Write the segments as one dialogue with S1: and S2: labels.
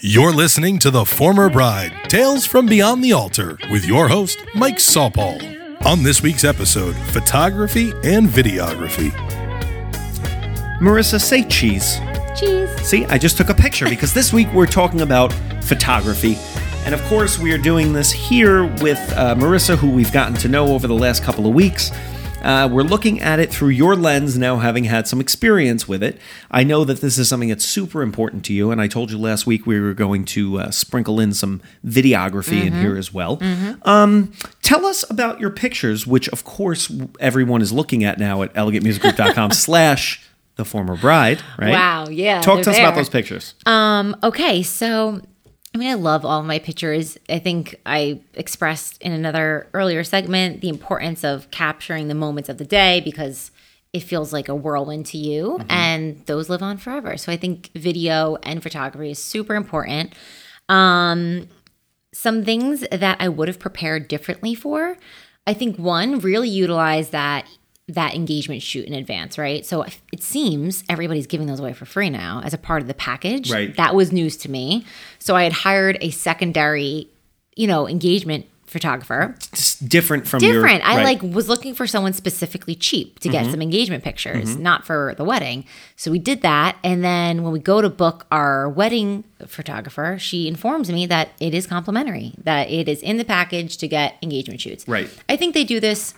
S1: You're listening to The Former Bride Tales from Beyond the Altar with your host, Mike Sawpaul. On this week's episode, photography and videography.
S2: Marissa, say cheese.
S3: Cheese.
S2: See, I just took a picture because this week we're talking about photography. And of course, we are doing this here with uh, Marissa, who we've gotten to know over the last couple of weeks. Uh, we're looking at it through your lens now, having had some experience with it. I know that this is something that's super important to you, and I told you last week we were going to uh, sprinkle in some videography in here as well. Um, tell us about your pictures, which of course everyone is looking at now at elegantmusicgroup.com slash the former bride, right?
S3: Wow, yeah,
S2: Talk to
S3: they're
S2: us about
S3: there. Um,
S2: those pictures.
S3: Okay, so I mean, I love all my pictures. I think I expressed in another earlier segment the importance of capturing the moments of the day because it feels like a whirlwind to you
S2: Mm-hmm.
S3: and those live on forever. So I think video and photography is super important. Um, some things that I would have prepared differently for, I think one, really utilize that that engagement shoot in advance, right? So it seems everybody's giving those away for free now as a part of the package.
S2: Right.
S3: That was news to me. So I had hired a secondary, you know, engagement photographer.
S2: It's different from your-
S3: Different.
S2: right.
S3: I
S2: Mm-hmm.
S3: like was looking for someone specifically cheap to get some engagement pictures, not for the wedding. So we did that. And then when we go to book our wedding photographer, she informs me that it is complimentary, that it is in the package to get engagement shoots.
S2: Right.
S3: I think they do this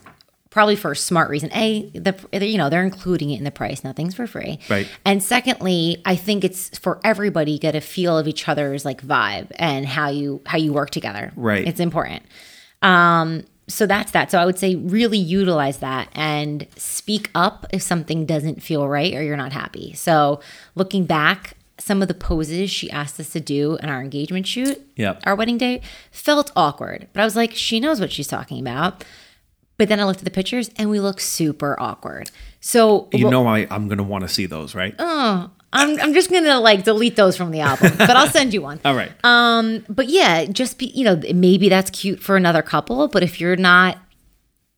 S3: probably for a smart reason. A, the you know they're including it in the price. Nothing's for free.
S2: Right.
S3: And secondly, I think it's for everybody get a feel of each other's like vibe and how you how you work together.
S2: Right.
S3: It's important. Um. So that's that. So I would say really utilize that and speak up if something doesn't feel right or you're not happy. So looking back. Some of the poses she asked us to do in our engagement shoot,
S2: Yep.
S3: our wedding day, felt awkward. But I was like, she knows what she's talking about. But then I looked at the pictures and we look super awkward. So
S2: You
S3: well,
S2: know, I, I'm going to want to see those, right?
S3: Uh, I'm, I'm just going to like delete those from the album, but I'll send you one.
S2: All right.
S3: um, But yeah, just be, you know, maybe that's cute for another couple, but if you're not,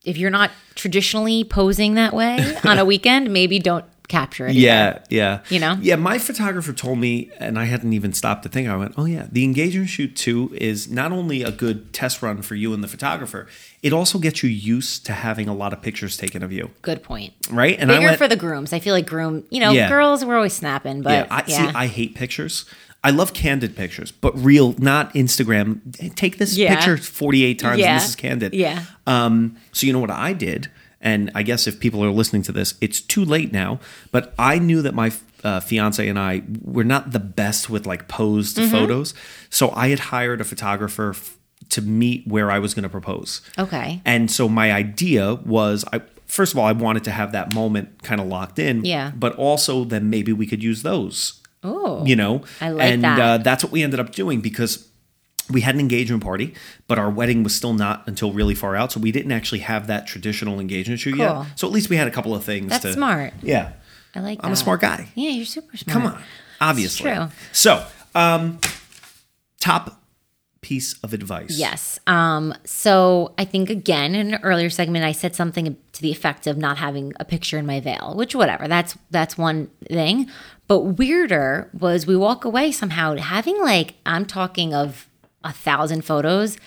S3: if you're not traditionally posing that way on a weekend, maybe don't capture it.
S2: Yeah, yeah.
S3: You know?
S2: Yeah, my photographer told me, and I hadn't even stopped to think. I went, oh, yeah, the engagement shoot too is not only a good test run for you and the photographer, it also gets you used to having a lot of pictures taken of you,
S3: Good point.
S2: right? And
S3: Bigger
S2: I went,
S3: for the grooms. I feel like groom, you know,
S2: Yeah.
S3: girls were always snapping, but
S2: yeah,
S3: yeah.
S2: I, See, I hate pictures. I love candid pictures, but real, not Instagram. Take this
S3: Yeah.
S2: picture 48 times
S3: Yeah.
S2: and this is candid.
S3: Yeah.
S2: Um, so you know what I did, and I guess if people are listening to this, it's too late now. But I knew that my uh, fiance and I were not the best with like posed
S3: Mm-hmm.
S2: photos, so I had hired a photographer f- to meet where I was going to propose.
S3: Okay.
S2: And so my idea was, I first of all, I wanted to have that moment kind of locked in.
S3: Yeah.
S2: But also, then maybe we could use those
S3: Oh,
S2: you know
S3: I like
S2: and
S3: that.
S2: Uh, that's what we ended up doing because we had an engagement party but our wedding was still not until really far out so we didn't actually have that traditional engagement shoot
S3: Cool.
S2: yet so at least we had a couple of things
S3: That's
S2: to
S3: smart.
S2: yeah
S3: I like that.
S2: i'm a smart guy
S3: Yeah, you're super smart.
S2: come on obviously
S3: true.
S2: so um top piece of advice
S3: Yes. Um, so I think again in an earlier segment I said something to the effect of not having a picture in my veil, which whatever. That's that's one thing. But weirder was we walk away somehow having like I'm talking of a thousand photos,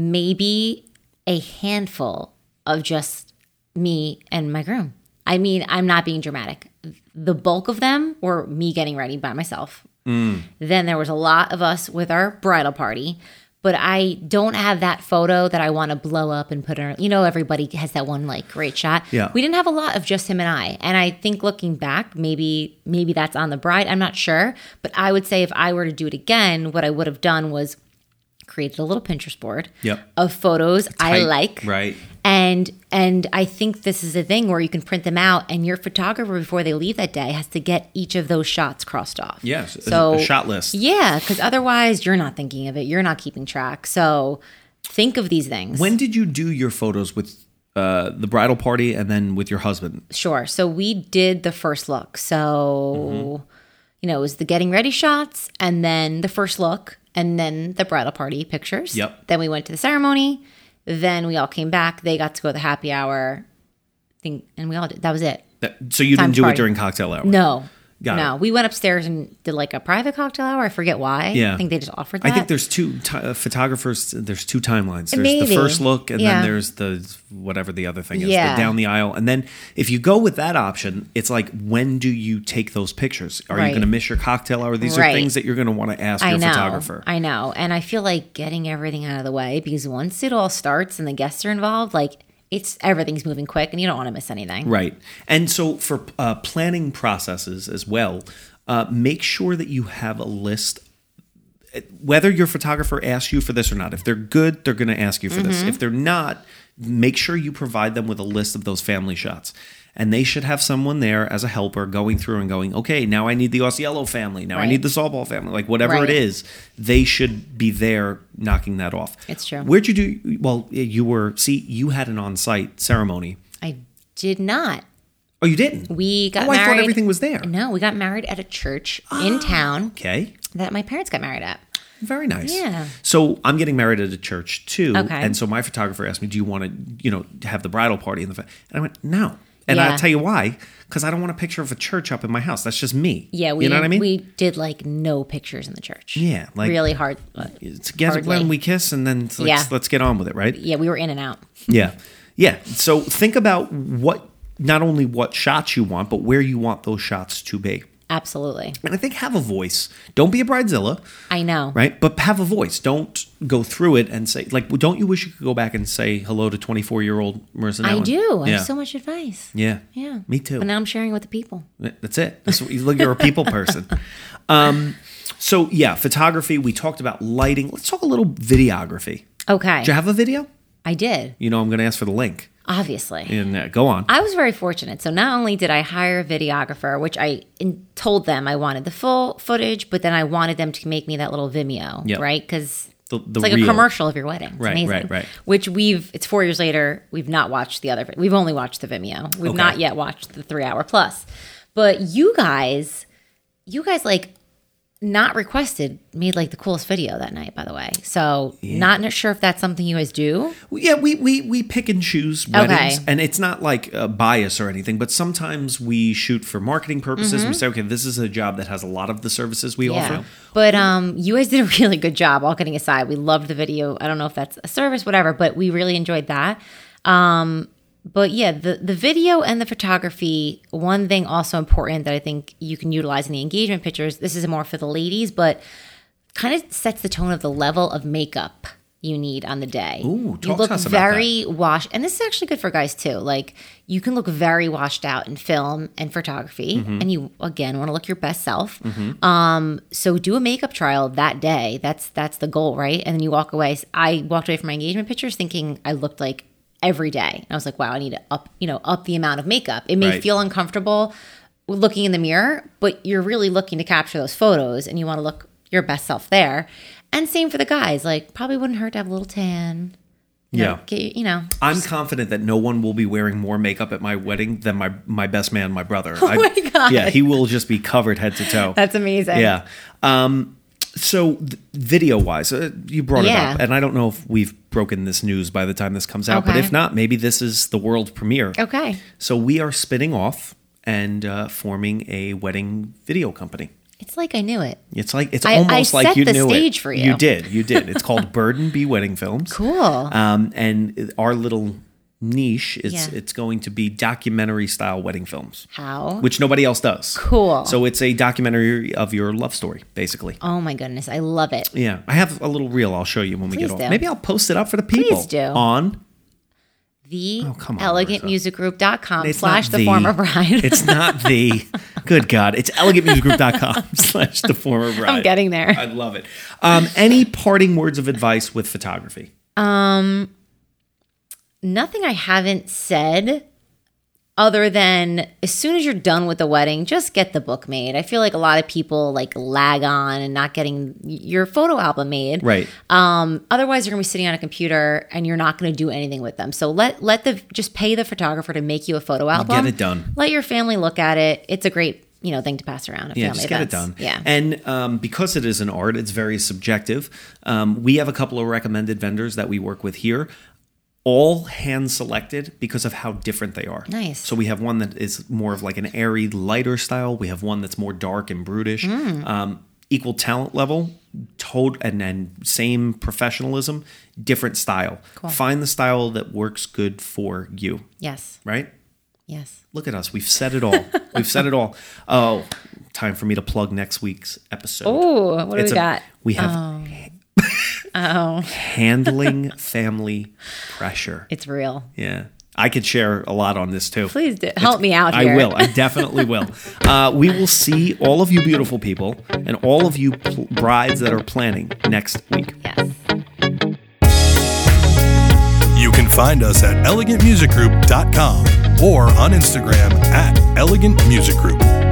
S3: maybe a handful of just me and my groom. I mean, I'm not being dramatic. The bulk of them were me getting ready by myself then there was a lot of us with our bridal party. But I don't have that photo that I want to blow up and put in. Our, you know, everybody has that one like great shot.
S2: Yeah.
S3: we didn't have a lot of just him and I. And I think looking back, maybe maybe that's on the bride. I'm not sure, but I would say if I were to do it again, what I would have done was created a little Pinterest board
S2: Yep.
S3: of photos I
S2: Tight,
S3: like,
S2: right
S3: and and I think this is a thing where you can print them out, and your photographer before they leave that day has to get each of those shots crossed off.
S2: yes a-
S3: so
S2: a shot list
S3: yeah, because otherwise you're not thinking of it. You're not keeping track. So think of these things.
S2: when did you do your photos with uh, the bridal party and then with your husband
S3: sure. So we did the first look. So,
S2: Mm-hmm.
S3: you know, it was the getting ready shots and then the first look and then the bridal party pictures.
S2: Yep.
S3: Then we went to the ceremony. Then we all came back. They got to go to the happy hour thing and we all did. That was it.
S2: That- so you
S3: Time
S2: didn't do
S3: party.
S2: it during cocktail hour
S3: No.
S2: Got
S3: no, we went upstairs and did like a private cocktail hour. I forget why.
S2: Yeah.
S3: I think they just offered
S2: I
S3: that.
S2: think there's two ti- uh, photographers. There's two timelines. There's the
S3: Maybe.
S2: first look, and
S3: Yeah.
S2: then there's the whatever the other thing is,
S3: Yeah.
S2: the down the aisle. And then if you go with that option, it's like, when do you take those pictures? Are you
S3: Right.
S2: going to miss your cocktail hour? These are
S3: Right.
S2: things that you're going to want to ask
S3: I
S2: your
S3: know.
S2: photographer.
S3: I know. And I feel like getting everything out of the way because once it all starts and the guests are involved, like it's everything's moving quick and you don't want to miss anything.
S2: Right. And so for uh, planning processes as well, uh, make sure that you have a list. Whether your photographer asks you for this or not, if they're good, they're going to ask you for
S3: Mm-hmm.
S2: this. If they're not, make sure you provide them with a list of those family shots. And they should have someone there as a helper going through and going, okay, now I need the Osiello family. Now I
S3: Right.
S2: need the Sawball family. Like whatever it
S3: Right.
S2: is, they should be there knocking that off.
S3: It's true.
S2: Where'd you do? Well, you were, see, you had an on site ceremony.
S3: I did not.
S2: Oh, you didn't?
S3: We got
S2: Oh, I
S3: married.
S2: thought everything Ah. was there.
S3: No, we got married at a church in town
S2: Okay.
S3: that my parents got married at.
S2: Very nice.
S3: Yeah.
S2: So I'm getting married at a church too.
S3: Okay.
S2: And so my photographer asked me, "Do you want to, you know, have the bridal party in the?" fa-" And I went, "No." And
S3: Yeah.
S2: I'll tell you why. Because I don't want a picture of a church up in my house. That's just me.
S3: Yeah, we
S2: you know
S3: did,
S2: what I mean.
S3: we did like no pictures in the church.
S2: Yeah, like-
S3: really hard.
S2: Together
S3: hardly.
S2: when we kiss, and then let's,
S3: Yeah.
S2: let's get on with it, right?
S3: Yeah, we were in and out.
S2: Yeah. Yeah. So think about what not only what shots you want, but where you want those shots to be.
S3: Absolutely,
S2: And I think have a voice. Don't be a bridezilla.
S3: I know.
S2: right? But have a voice. Don't go through it and say like, well, don't you wish you could go back and say hello to twenty four year old Marissa?
S3: I
S2: Allen?
S3: do. I
S2: Yeah.
S3: have so much advice.
S2: yeah.
S3: Yeah.
S2: Me too.
S3: But now I'm sharing with the people.
S2: That's it. That's what, you look, you're a people person. Um, so yeah, photography. We talked about lighting. Let's talk a little videography.
S3: Okay.
S2: Do you have a video?
S3: I did.
S2: You know, I'm going to ask for the link.
S3: Obviously.
S2: And uh, go on.
S3: I was very fortunate. So not only did I hire a videographer, which I in- told them I wanted the full footage, but then I wanted them to make me that little Vimeo,
S2: Yep.
S3: right? Because
S2: The- the
S3: it's like
S2: reel.
S3: a commercial of your wedding. It's
S2: Right,
S3: amazing.
S2: right, right.
S3: Which we've it's four years later. We've not watched the other. We've only watched the Vimeo. We've
S2: Okay.
S3: not yet watched the three hour plus. But you guys, you guys like not requested made like the coolest video that night. By the way, so not sure if that's something you guys do.
S2: Yeah, we we we pick and choose weddings,
S3: Okay.
S2: and it's not like a bias or anything. But sometimes we shoot for marketing purposes. We say, okay, this is a job that has a lot of the services we
S3: Mm-hmm. Yeah.
S2: offer.
S3: But um, you guys did a really good job, all kidding aside. We loved the video. I don't know if that's a service, whatever, but we really enjoyed that. Um, but yeah, the, the video and the photography, one thing also important that I think you can utilize in the engagement pictures, this is more for the ladies, but kind of sets the tone of the level of makeup you need on the day.
S2: Ooh,
S3: you
S2: talk to
S3: look
S2: us about that.
S3: very washed, and this is actually good for guys too. Like you can look very washed out in film and photography,
S2: Mm-hmm.
S3: and you again want to look your best self. Um, so do a makeup trial that day. That's that's the goal, right? And then you walk away. I walked away from my engagement pictures thinking I looked like every day, and I was like, wow, I need to up you know up the amount of makeup. It may
S2: Right.
S3: feel uncomfortable looking in the mirror, but you're really looking to capture those photos and you want to look your best self there. And same for the guys, like probably wouldn't hurt to have a little tan. You know,
S2: Yeah.
S3: get- you know.
S2: I'm confident that no one will be wearing more makeup at my wedding than my my best man, my brother. Oh
S3: my God.
S2: Yeah, he will just be covered head to toe.
S3: That's amazing.
S2: yeah. Um, so video wise, uh, you brought
S3: Yeah.
S2: it up, and I don't know if we've broken this news by the time this comes out, but
S3: Okay.
S2: if not, maybe this is the world premiere.
S3: Okay.
S2: So we are spinning off and uh, forming a wedding video company.
S3: It's like I knew it.
S2: It's like it's
S3: I- I
S2: almost like
S3: set
S2: you
S3: the
S2: knew
S3: stage
S2: it.
S3: for
S2: You
S3: you.
S2: did. You did. It's called Burden B Wedding Films.
S3: Cool.
S2: Um, and our little niche is
S3: Yeah.
S2: it's going to be documentary style wedding films,
S3: How?
S2: which nobody else does.
S3: Cool.
S2: So it's a documentary of your love story, basically.
S3: oh my goodness. I love it.
S2: Yeah, I have a little reel I'll show you when we get
S3: Please
S2: off.
S3: do.
S2: Maybe I'll post it up for the people.
S3: Please do.
S2: On
S3: The
S2: Oh, come on,
S3: elegantmusicgroup.com
S2: it's
S3: slash
S2: not
S3: the former bride.
S2: it's not the. Good God! It's elegantmusicgroup.com slash the former bride.
S3: I'm getting there.
S2: I love it. Um, any parting words of advice with photography?
S3: nothing I haven't said other than as soon as you're done with the wedding, just get the book made. I feel like a lot of people like lag on and not getting your photo album made.
S2: Right.
S3: Um, otherwise you're gonna be sitting on a computer and you're not gonna do anything with them. So let let the just pay the photographer to make you a photo album.
S2: it done.
S3: Let your family look at it. It's a great, you know, thing to pass around at
S2: Yeah,
S3: family
S2: just get it done.
S3: events. Yeah.
S2: And um, because it is an art, it's very subjective. Um, we have a couple of recommended vendors that we work with here. all hand selected because of how different they are.
S3: Nice.
S2: So we have one that is more of like an airy, lighter style. We have one that's more dark and brutish.
S3: Hmm.
S2: Um, equal talent level, toad, and then same professionalism, different style. Find the style that works good for you.
S3: Yes.
S2: Right.
S3: Yes.
S2: Look at us. We've said it all. We've said it all. Oh, time for me to plug next week's episode.
S3: Oh, what do we
S2: a-
S3: got? Oh.
S2: We have handling family pressure.
S3: It's real.
S2: Yeah. I could share a lot on this too.
S3: Please do, help me out here.
S2: I will. I definitely will. Uh, we will see all of you beautiful people and all of you pl- brides that are planning next week.
S3: Yes.
S1: You can find us at elegantmusicgroup.com or on Instagram at elegantmusicgroup.